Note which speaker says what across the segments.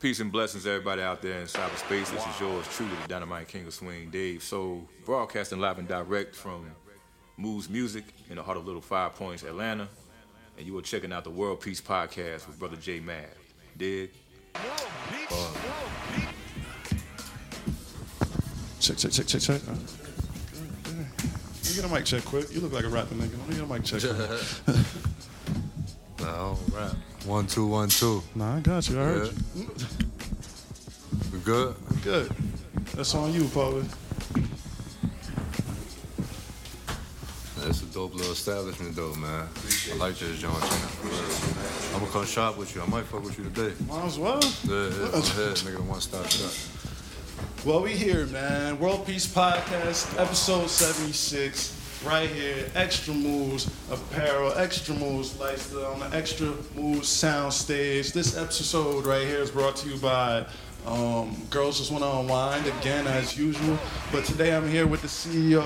Speaker 1: Peace and blessings, everybody out there in cyberspace. This is yours truly, the Dynamite King of Swing, Dave. So, broadcasting live and direct from Moves Music in the heart of Little Five Points, Atlanta. And you are checking out the World Peace Podcast with Brother J Mad. Dig?
Speaker 2: Check, check, check, check, check. You get a mic check quick. You look like a rapping nigga. Let me get a mic check. quick.
Speaker 3: All right. One, two, one, two.
Speaker 2: nah, I got you. I heard
Speaker 3: Yeah.
Speaker 2: you.
Speaker 3: We good?
Speaker 2: Mm, Good. That's on you, Paula.
Speaker 3: That's a dope little establishment, though, man. I like this joint. I'm gonna come shop with you. I might fuck with you today.
Speaker 2: Might as well.
Speaker 3: Yeah, yeah, go ahead, nigga, one stop shop.
Speaker 2: Well, we here, man. World Peace Podcast, episode 76. Right here, Extra Moves Apparel, Extra Moves Lifestyle, on the Extra Moves Soundstage. This episode right here is brought to you by um, Girls Just Want to Unwind, again, as usual. But today I'm here with the CEO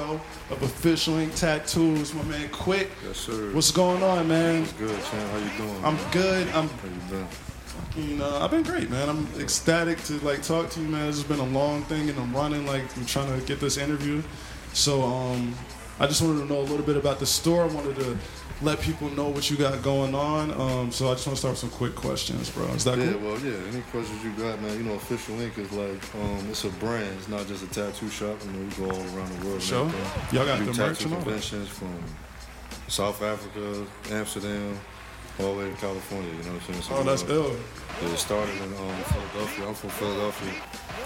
Speaker 2: of Official Ink Tattoos, my man Quick.
Speaker 3: Yes, sir.
Speaker 2: What's going on, man?
Speaker 3: It's good, champ. How you doing?
Speaker 2: I'm
Speaker 3: man?
Speaker 2: good. I'm
Speaker 3: How you been?
Speaker 2: you know, I've been great, man. I'm ecstatic to like talk to you, man. This has been a long thing, and I'm running like I'm trying to get this interview. So, um, I just wanted to know a little bit about the store. I wanted to let people know what you got going on. Um, so I just want to start with some quick questions, bro. Is that
Speaker 3: Yeah,
Speaker 2: cool?
Speaker 3: well, yeah. Any questions you got, man? You know, Official Ink is like, um, it's a brand. It's not just a tattoo shop. You know, we go all around the world. and
Speaker 2: Sure.
Speaker 3: everything.
Speaker 2: Y'all got
Speaker 3: We do
Speaker 2: the merch
Speaker 3: tattoo
Speaker 2: and all that?
Speaker 3: conventions from South Africa, Amsterdam, all the way to California. You know what I'm saying? So
Speaker 2: Oh,
Speaker 3: we,
Speaker 2: that's
Speaker 3: uh,
Speaker 2: ill.
Speaker 3: It started in um, Philadelphia. I'm from Philadelphia.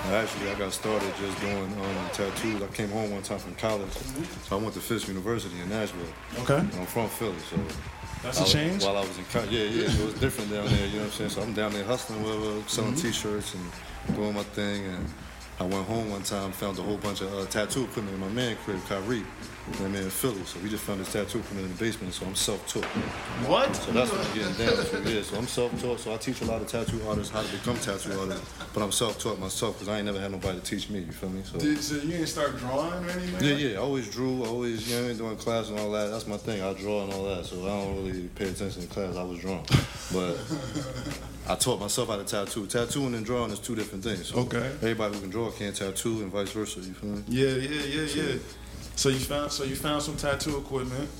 Speaker 3: And actually, I got started just doing um, tattoos. I came home one time from college, so I went to Fisk University in Nashville.
Speaker 2: Okay,
Speaker 3: And I'm from Philly, so
Speaker 2: that's a
Speaker 3: I-
Speaker 2: change.
Speaker 3: While I was in college, yeah, yeah, it was different down there. You know what I'm saying? So I'm down there hustling, whatever, selling
Speaker 2: Mm-hmm.
Speaker 3: T-shirts and doing my thing. And I went home one time, found a whole bunch of uh, tattoo equipment in my man crib, Kyrie. My man in Philly, so we just found this tattoo equipment in the basement. So I'm self-taught.
Speaker 2: What?
Speaker 3: So that's what I'm getting down to. Yeah, so I'm self-taught. So I teach a lot of tattoo artists how to become tattoo artists, but I'm self-taught myself because I ain't never had nobody to teach me. You feel me? So
Speaker 2: Did, so you didn't start drawing or anything?
Speaker 3: yeah, yeah. I always drew. I always, you know, what I mean, doing class and all that. That's my thing. I draw and all that. So I don't really pay attention to class. I was drawn, but I taught myself how to tattoo. Tattooing and drawing is two different things. So
Speaker 2: Okay.
Speaker 3: Everybody who can draw can tattoo, and vice versa. You feel me?
Speaker 2: Yeah, yeah, yeah, yeah. So you found so you found some tattoo equipment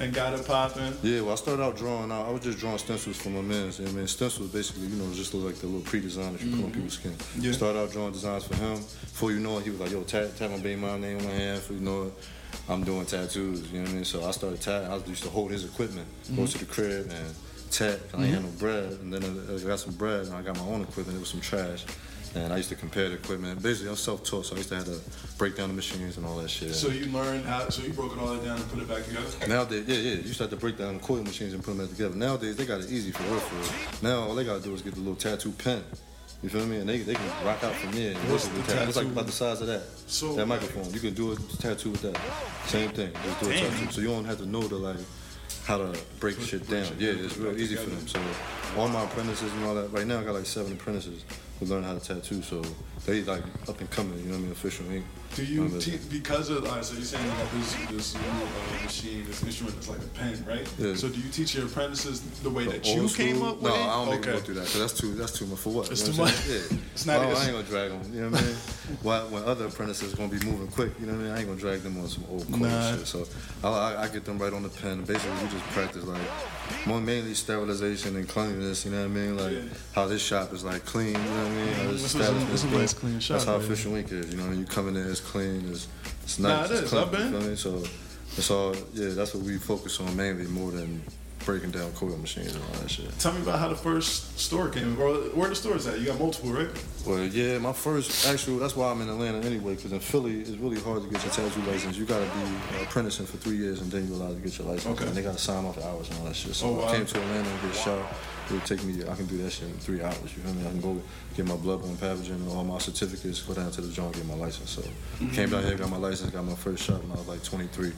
Speaker 2: and got it popping.
Speaker 3: Yeah, well, I started out drawing out. I was just drawing stencils for my men's. And I mean, stencils basically, you know, just look like the little pre-design that you put on people's skin.
Speaker 2: Mm-hmm. Yeah.
Speaker 3: Started out drawing designs for him. Before you know it, he was like, yo, tat, tat my baby mom name on my hand. Before you know it, I'm doing tattoos. You know what I mean? So I started tatting. I used to hold his equipment,
Speaker 2: Mm-hmm.
Speaker 3: go to the crib and tat. I ain't had no bread. And then I- I got some bread and I got my own equipment. It was some trash. And I used to compare the equipment. Basically, I'm self-taught, so I used to have to break down the machines and all that shit.
Speaker 2: So you learned how. So you broke it all down and put it back together.
Speaker 3: Nowadays, yeah, yeah, you just have to break down the coil machines and put them back together. Nowadays, they got it easy for real, for real. Now, all they gotta do is get the little tattoo pen. You feel me? And they, they can rock out from there. And
Speaker 2: What's
Speaker 3: work with
Speaker 2: the
Speaker 3: the tattoo. It's like
Speaker 2: tattoo?
Speaker 3: about the size of that.
Speaker 2: So-
Speaker 3: that microphone. You can do a tattoo with that. Same thing. Just do a
Speaker 2: Damn.
Speaker 3: tattoo. So you don't have to know the like how to break shit down. Yeah, it's real easy for them. So all my apprentices and all that. Right now, I got like seven apprentices who learn how to tattoo. So they like up and coming. You know what I mean? Official ink.
Speaker 2: Do you
Speaker 3: Um,
Speaker 2: te- because of all right, so you're saying you got this this new, uh, machine, this instrument that's like a pen, right?
Speaker 3: Yeah.
Speaker 2: So do you teach your apprentices the way that
Speaker 3: Old
Speaker 2: you came
Speaker 3: school?
Speaker 2: up with
Speaker 3: No,
Speaker 2: it?
Speaker 3: I don't
Speaker 2: okay.
Speaker 3: make them go through that. 'cause that's too. That's too much for what?
Speaker 2: It's
Speaker 3: You know
Speaker 2: too
Speaker 3: what I'm saying?
Speaker 2: much.
Speaker 3: Yeah.
Speaker 2: It's not
Speaker 3: Well,
Speaker 2: even-
Speaker 3: I ain't gonna drag them. You know what I mean? Why, when other apprentices gonna be moving quick, you know what I mean? I ain't gonna drag them on some old cool
Speaker 2: Nah.
Speaker 3: shit. So I, I, I get them right on the pen. Basically, we just practice like more mainly sterilization and cleanliness. You know what I mean? Like
Speaker 2: Yeah. Mm,
Speaker 3: how this shop is like clean. You know what I mean? How
Speaker 2: This is a-
Speaker 3: establishment
Speaker 2: this is a
Speaker 3: clean.
Speaker 2: nice, clean shop,
Speaker 3: That's how
Speaker 2: baby.
Speaker 3: official link is. You know, what I mean? you come in there, it's clean. It's it's
Speaker 2: Nah,
Speaker 3: nice.
Speaker 2: it
Speaker 3: it's
Speaker 2: is.
Speaker 3: clean,
Speaker 2: I've been.
Speaker 3: you feel me? So it's all yeah. That's what we focus on mainly more than. Breaking down coil machines and all that shit.
Speaker 2: Tell me about how the first store came. Or where the stores at? You got multiple, right?
Speaker 3: Well, yeah, my first actual. That's why I'm in Atlanta anyway, because in Philly, it's really hard to get your tattoo license. You gotta be uh, apprenticing for three years, and then you're allowed to get your license.
Speaker 2: Okay.
Speaker 3: And they gotta sign off the hours and all that shit. So
Speaker 2: Oh, wow.
Speaker 3: I came to Atlanta and get shot. It would take me. I can do that shit in three hours. You feel me? I can go get my bloodborne pathogen and all my certificates. Go down to the joint, get my license. So came down here, got my license, got my first shot when I was like 23.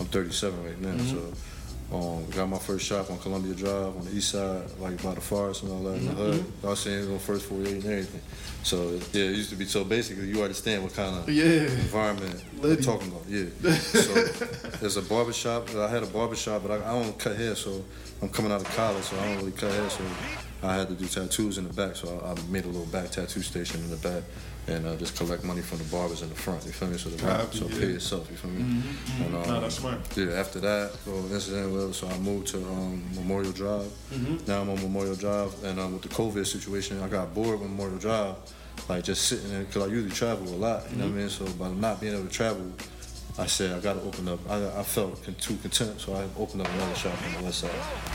Speaker 3: I'm 37 right now, so. Um, got my first shop on Columbia Drive on the east side, like by the forest and all that in the hood. I was seeing it on first 48 and everything. So yeah, it used to be so basically you understand what kind of
Speaker 2: Yeah.
Speaker 3: environment we're
Speaker 2: Liddy.
Speaker 3: talking about. Yeah. So there's a barber shop. I had a barber shop, but I, I don't cut hair, so I'm coming out of college, so I don't really cut hair. So I had to do tattoos in the back, so I, I made a little back tattoo station in the back, and uh, just collect money from the barbers in the front. You feel me? So the rent,
Speaker 2: Copy,
Speaker 3: so
Speaker 2: yeah.
Speaker 3: pay itself. You feel me? And, um,
Speaker 2: Nah, that's smart.
Speaker 3: yeah, after that little incident, well, so I moved to um, Memorial Drive.
Speaker 2: Mm-hmm.
Speaker 3: Now I'm on Memorial Drive, and um, with the COVID situation, I got bored with Memorial Drive, like just sitting there, because I usually travel a lot, you know
Speaker 2: Mm-hmm.
Speaker 3: what I mean? So by not being able to travel, I said, I gotta open up. I, I felt con- too content, so I opened up another shop on the west side.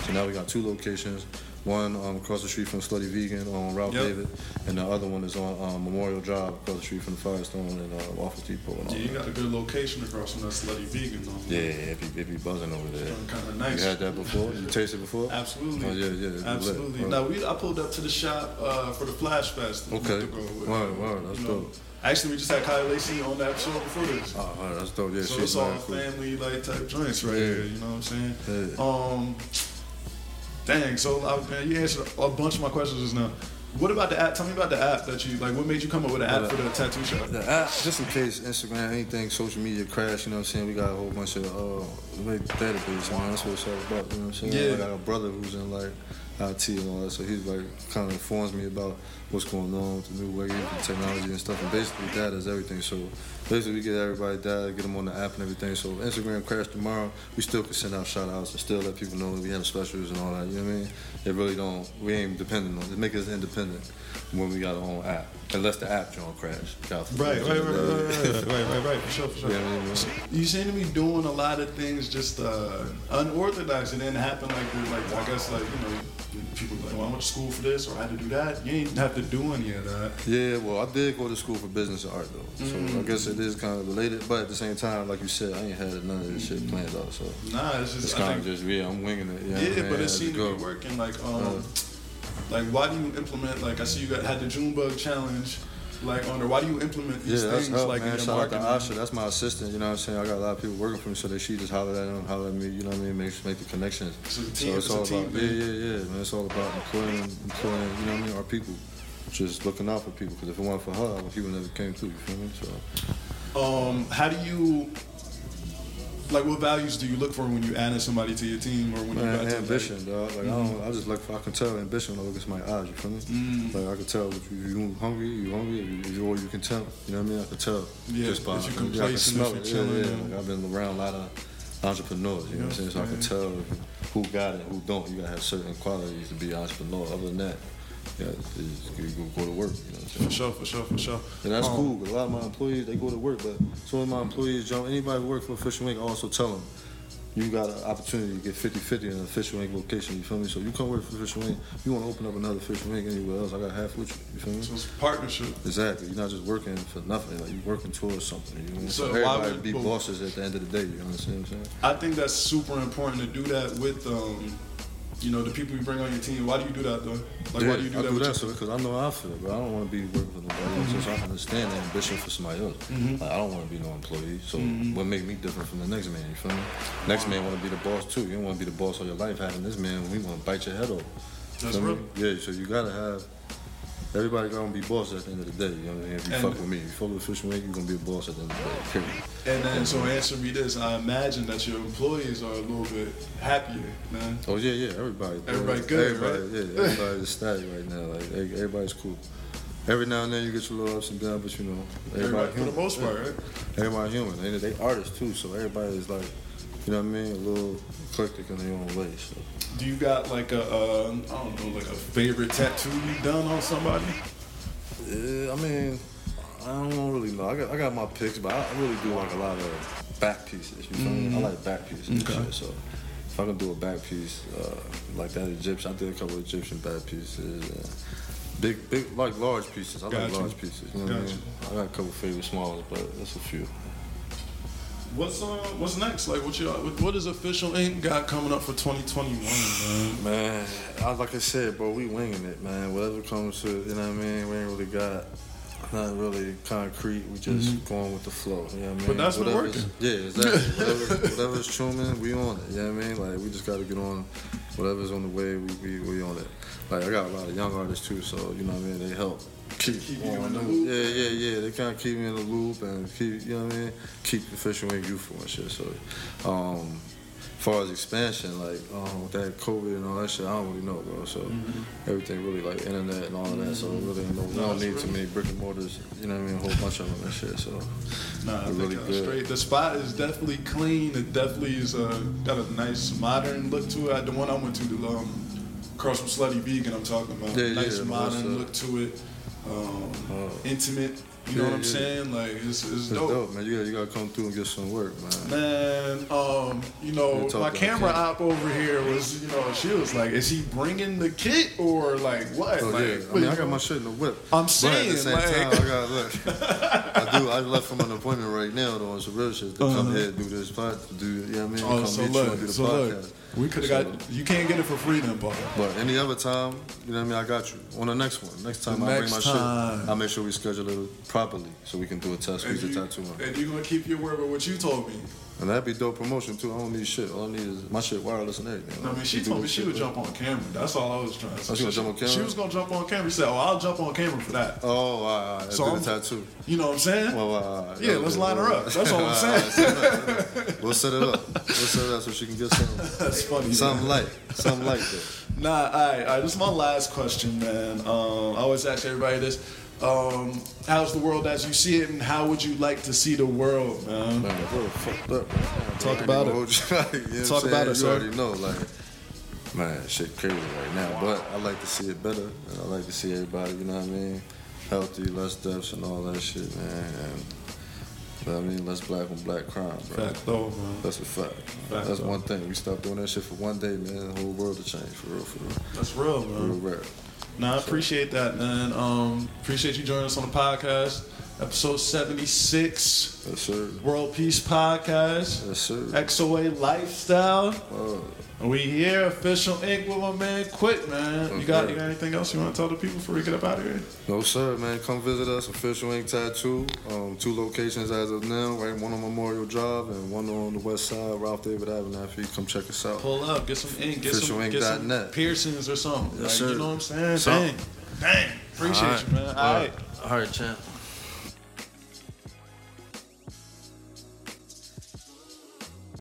Speaker 3: So now we got two locations. One um, across the street from Slutty Vegan on Ralph
Speaker 2: Yep.
Speaker 3: David, and the other one is on um, Memorial Drive across the street from the Firestone and uh, Office Depot. And all
Speaker 2: Yeah, you
Speaker 3: that.
Speaker 2: got a good location across from that slutty vegan. though.
Speaker 3: yeah, it be, it be buzzing over there.
Speaker 2: Kind of
Speaker 3: You
Speaker 2: nice.
Speaker 3: had that before? You tasted before?
Speaker 2: Absolutely.
Speaker 3: Oh, yeah, yeah. it's lit.
Speaker 2: Absolutely.
Speaker 3: Word.
Speaker 2: Now we, I pulled up to the shop uh, for the Flash Fest. a month
Speaker 3: Okay.
Speaker 2: ago.
Speaker 3: Word, word, that's
Speaker 2: You know,
Speaker 3: dope.
Speaker 2: Actually, we just had Kyle Lacey on the episode before this.
Speaker 3: Oh, word, that's dope. Yeah,
Speaker 2: so
Speaker 3: she's
Speaker 2: it's all
Speaker 3: mad cool.
Speaker 2: family like type joints right
Speaker 3: Yeah.
Speaker 2: here. You know what I'm saying?
Speaker 3: Yeah.
Speaker 2: Um, dang. So I, man, you answered a bunch of my questions just now. What about the app? Tell me about the app that you like. What made you come up with an app for the tattoo shop?
Speaker 3: The app, just in case Instagram, anything, social media crash, you know what I'm saying? We got a whole bunch of uh, like database, man. That's what it's all about, you know what I'm saying?
Speaker 2: Yeah.
Speaker 3: Like, I got a brother who's in like IT and all that, so he's like kind of informs me about what's going on with the new wave and technology and stuff. And basically, that is everything. So basically, we get everybody data, get them on the app and everything. So Instagram crash tomorrow, we still can send out shout outs and still let people know that we have specials and all that, you know what I mean? It really don't, we ain't dependent on it. Make us independent when we got our own app. Unless the app don't crash. God
Speaker 2: Right, right, right, right, right, right, right, right, for sure, for sure.
Speaker 3: Yeah, yeah, yeah.
Speaker 2: So, You seem to be doing a lot of things just uh, unorthodox. It didn't happen like this, like I guess like you know people like, well, I went to school for this or I had to do that. You ain't have to do any of that.
Speaker 3: Yeah, well, I did go to school for business and art though, so
Speaker 2: Mm-hmm.
Speaker 3: I guess it is kind of related. But at the same time, like you said, I ain't had none of this shit planned out, so
Speaker 2: Nah, it's just
Speaker 3: it's
Speaker 2: I
Speaker 3: kind of
Speaker 2: think,
Speaker 3: just yeah, I'm winging it. You know what I
Speaker 2: yeah,
Speaker 3: mean?
Speaker 2: but
Speaker 3: I
Speaker 2: it
Speaker 3: had to
Speaker 2: seemed to
Speaker 3: go.
Speaker 2: be working. Like um, like why do you implement? Like I see you got had the June bug challenge. Like on there, why do you implement
Speaker 3: Yeah,
Speaker 2: these
Speaker 3: that's
Speaker 2: things
Speaker 3: up,
Speaker 2: like
Speaker 3: man.
Speaker 2: in your
Speaker 3: Shout out to
Speaker 2: marketing?
Speaker 3: Asha. That's my assistant. You know what I'm saying? I got a lot of people working for me, so that she just holler at them, holler at me. You know what I mean? Make make the connections.
Speaker 2: It's a team, it's a
Speaker 3: all
Speaker 2: team,
Speaker 3: about
Speaker 2: man.
Speaker 3: yeah, yeah, yeah, man. It's all about employing, employing. You know what I mean? Our people, just looking out for people. Because if it weren't for her, people never came through. You feel me? So.
Speaker 2: Um, how do you like? What values do you look for when you adding somebody to your team or when you
Speaker 3: Man,
Speaker 2: got to
Speaker 3: ambition, dog. Like I, don't, I just like I can tell ambition when I look into my eyes. You feel me?
Speaker 2: Mm.
Speaker 3: Like I can tell if you, you hungry, you hungry, if you, if you, or you can tell. You know what I mean? I can tell
Speaker 2: Yeah,
Speaker 3: just by
Speaker 2: if you
Speaker 3: I can
Speaker 2: complacent,
Speaker 3: smell
Speaker 2: if
Speaker 3: it.
Speaker 2: you
Speaker 3: Yeah,
Speaker 2: chilling,
Speaker 3: yeah.
Speaker 2: yeah.
Speaker 3: Like, I've been around a lot of entrepreneurs. You know what I'm saying? So I can tell who got it, who don't. You gotta have certain qualities to be an entrepreneur. Other than that, yeah, you just- you go- go to work. You know what I'm saying?
Speaker 2: For sure, for sure, for sure. Um,
Speaker 3: And that's cool. 'cause A lot of my employees, they go to work, but some of my employees, John, anybody who works for Official Ink, I also tell them, you got an opportunity to get 50-50 in an Official Ink location, you feel me? So you come work for Official Ink, you want to open up another Official Ink anywhere else, I got half with you, you feel me?
Speaker 2: So it's a partnership.
Speaker 3: Exactly. You're not just working for nothing, like you're working towards something, you know?
Speaker 2: So
Speaker 3: So
Speaker 2: why
Speaker 3: everybody
Speaker 2: would-
Speaker 3: be
Speaker 2: but-
Speaker 3: bosses at the end of the day, you understand what I'm saying?
Speaker 2: I think that's super important to do that with, um, you know, the people you bring on your team. Why do you do that though? Like, why do you do
Speaker 3: I
Speaker 2: that?
Speaker 3: do
Speaker 2: with
Speaker 3: that because I know how I feel, bro. I don't want to be working for nobody else, so I can understand the ambition for somebody else.
Speaker 2: Mm-hmm.
Speaker 3: Like, I don't want to be no employee, so what make me different from the next man? You feel me? Next man want to be the boss too. You don't want to be the boss all your life. Having this man, we want to bite your head off.
Speaker 2: That's
Speaker 3: Feel me?
Speaker 2: real.
Speaker 3: Yeah, so you gotta have. Everybody gonna be boss at the end of the day. You know what I mean? If you
Speaker 2: And-
Speaker 3: fuck with me, if you fuck with Fish Wing, you gonna be a boss at the end of the day. Period.
Speaker 2: you? And then, so answer me this: I imagine that your employees are a little bit happier, man.
Speaker 3: Oh yeah, yeah, everybody.
Speaker 2: Everybody good,
Speaker 3: everybody,
Speaker 2: right?
Speaker 3: Yeah, everybody's static right now. Like e- everybody's cool. Every now and then you get your little ups and downs, but you know,
Speaker 2: Everybody, for the
Speaker 3: human.
Speaker 2: most part, right?
Speaker 3: Everybody human. They they artists too, so everybody's like, you know what I mean, a little eclectic in their own way. So
Speaker 2: Do you got like a, um, I don't know, like a favorite tattoo you done on somebody?
Speaker 3: yeah, I mean, I don't really know. I got I got my picks, but I really do like a lot of back pieces. You feel me? I like back pieces. and
Speaker 2: Okay.
Speaker 3: shit, so if I can do a back piece uh, like that Egyptian, I did a couple of Egyptian back pieces. Uh, Big, big, like large pieces. I
Speaker 2: Gotcha.
Speaker 3: like large pieces. You know what I
Speaker 2: Gotcha.
Speaker 3: mean? I got a couple favorite smalls, but that's a few.
Speaker 2: What's uh, what's next? Like, what you what, what is official ink got coming up for 2021, man?
Speaker 3: Man, I, like I said, bro, we winging it, man. Whatever comes to, it, you know what I mean. We ain't really got not really concrete. We just going with the flow. You know what I mean?
Speaker 2: But that's been
Speaker 3: Whatever's-
Speaker 2: working.
Speaker 3: Yeah, exactly. whatever, whatever's Truman, we on it. You know what I mean? Like we just got to get on. Whatever's on the way, we, we we on it. Like I got a lot of young artists too, so you know what I mean. They help. Keep,
Speaker 2: Keep you
Speaker 3: on
Speaker 2: in the
Speaker 3: it.
Speaker 2: loop.
Speaker 3: Yeah, yeah, yeah. They kind of keep me in the loop and keep, you know what I mean. Keep the fishing wing youthful and shit. So, um, far as expansion, like um, with that COVID and all that shit, I don't really know, bro. So
Speaker 2: Mm-hmm.
Speaker 3: everything really like internet and all of that. So really, no, we don't need too many brick and mortars. You know what I mean? A whole bunch of them and shit. So
Speaker 2: Nah, I
Speaker 3: we're
Speaker 2: think
Speaker 3: really
Speaker 2: I'm
Speaker 3: good.
Speaker 2: straight. The spot is definitely clean. It definitely is uh, got a nice modern look to it. The one I went to, the um, across from Slutty Vegan, I'm talking about.
Speaker 3: Yeah,
Speaker 2: nice
Speaker 3: yeah, what's
Speaker 2: modern
Speaker 3: up?
Speaker 2: look to it. Um,
Speaker 3: Oh.
Speaker 2: intimate. You know
Speaker 3: Yeah,
Speaker 2: what I'm
Speaker 3: yeah.
Speaker 2: saying? Like it's, it's,
Speaker 3: It's
Speaker 2: dope.
Speaker 3: dope. man. You gotta, you gotta come through and get some work, man.
Speaker 2: Man, um, you
Speaker 3: You
Speaker 2: know,
Speaker 3: talk
Speaker 2: my
Speaker 3: about
Speaker 2: camera
Speaker 3: that.
Speaker 2: op over here was, you know, she was like, "Is he bringing the kit or like what?"
Speaker 3: Oh
Speaker 2: like,
Speaker 3: yeah, I
Speaker 2: what
Speaker 3: mean
Speaker 2: you
Speaker 3: I got
Speaker 2: doing?
Speaker 3: my shit in the whip.
Speaker 2: I'm
Speaker 3: but at
Speaker 2: saying,
Speaker 3: the same
Speaker 2: like-
Speaker 3: time, I got look. I do. I left from an appointment right now though on some real shit to come here and do this pod, do you know what I mean?
Speaker 2: Uh-huh. Oh,
Speaker 3: come
Speaker 2: so
Speaker 3: meet you and do
Speaker 2: look,
Speaker 3: the
Speaker 2: so
Speaker 3: podcast.
Speaker 2: look, we could have got. You can't get it for free then, Paul.
Speaker 3: But any other time, you know what I mean? I got you. On the next one, next time
Speaker 2: The
Speaker 3: I bring
Speaker 2: next
Speaker 3: my
Speaker 2: time.
Speaker 3: shit, I make sure we schedule it properly so we can do a test,
Speaker 2: And
Speaker 3: squeeze a
Speaker 2: you,
Speaker 3: tattoo on.
Speaker 2: and you gonna keep your word with what you told me.
Speaker 3: And that'd be dope promotion too. I don't need shit. All I need is my shit wireless and everything.
Speaker 2: I mean, she
Speaker 3: We do
Speaker 2: told me
Speaker 3: this
Speaker 2: she
Speaker 3: shit,
Speaker 2: would
Speaker 3: bro.
Speaker 2: jump on camera. That's all I was trying to say.
Speaker 3: Oh, she gonna jump on camera?
Speaker 2: She was gonna jump on camera. She said, "Oh, I'll jump on camera for that."
Speaker 3: Oh, all right, all right.
Speaker 2: So
Speaker 3: do the
Speaker 2: I'm-
Speaker 3: tattoo.
Speaker 2: You know what I'm saying?
Speaker 3: Well, all right, all right.
Speaker 2: yeah, let's line her up. That's all I'm saying.
Speaker 3: We'll set it up. We'll set it up so she can get something,
Speaker 2: That's funny. man.
Speaker 3: something light, something like that.
Speaker 2: Nah, all right, all right. This is my last question, man. Um, I always ask everybody this: um, How's the world as you see it, and how would you like to see the world, man?
Speaker 3: Man, the world fucked up.
Speaker 2: Talk about it. Talk
Speaker 3: Talk
Speaker 2: about it,
Speaker 3: You
Speaker 2: sir.
Speaker 3: already know, like, man, shit crazy right now. But I like to see it better, and I like to see everybody. You know what I mean? Healthy, less deaths, and all that shit, man. And, you know what I mean, less black on black crime, bro.
Speaker 2: Fact though, man.
Speaker 3: That's a fact.
Speaker 2: Fact,
Speaker 3: That's
Speaker 2: though.
Speaker 3: one thing. We stop doing that shit for one day, man. The whole world will change, for real, for real,
Speaker 2: That's real, man.
Speaker 3: real rare.
Speaker 2: Nah, I appreciate that, man. Um, appreciate you joining us on the podcast, episode seventy-six,
Speaker 3: Yes, sir.
Speaker 2: World Peace Podcast,
Speaker 3: Yes, sir.
Speaker 2: XOA Lifestyle.
Speaker 3: Oh,
Speaker 2: We here, official ink with my man. Quit, man. You got
Speaker 3: Okay.
Speaker 2: you got anything else you want to tell the people before we get up out of here?
Speaker 3: No, sir, man. Come visit us, Official Ink Tattoo. Um, two locations as of now, right? One on Memorial Drive and one on the west side, Ralph David Avenue. If you come check us out.
Speaker 2: Pull up, get some ink, get some,
Speaker 3: Officialink
Speaker 2: get some
Speaker 3: dot net.
Speaker 2: piercings or something.
Speaker 3: Yes,
Speaker 2: like,
Speaker 3: sir.
Speaker 2: You know what I'm saying?
Speaker 3: Something.
Speaker 2: Dang, dang. Appreciate you, man. All right.
Speaker 3: All right, champ.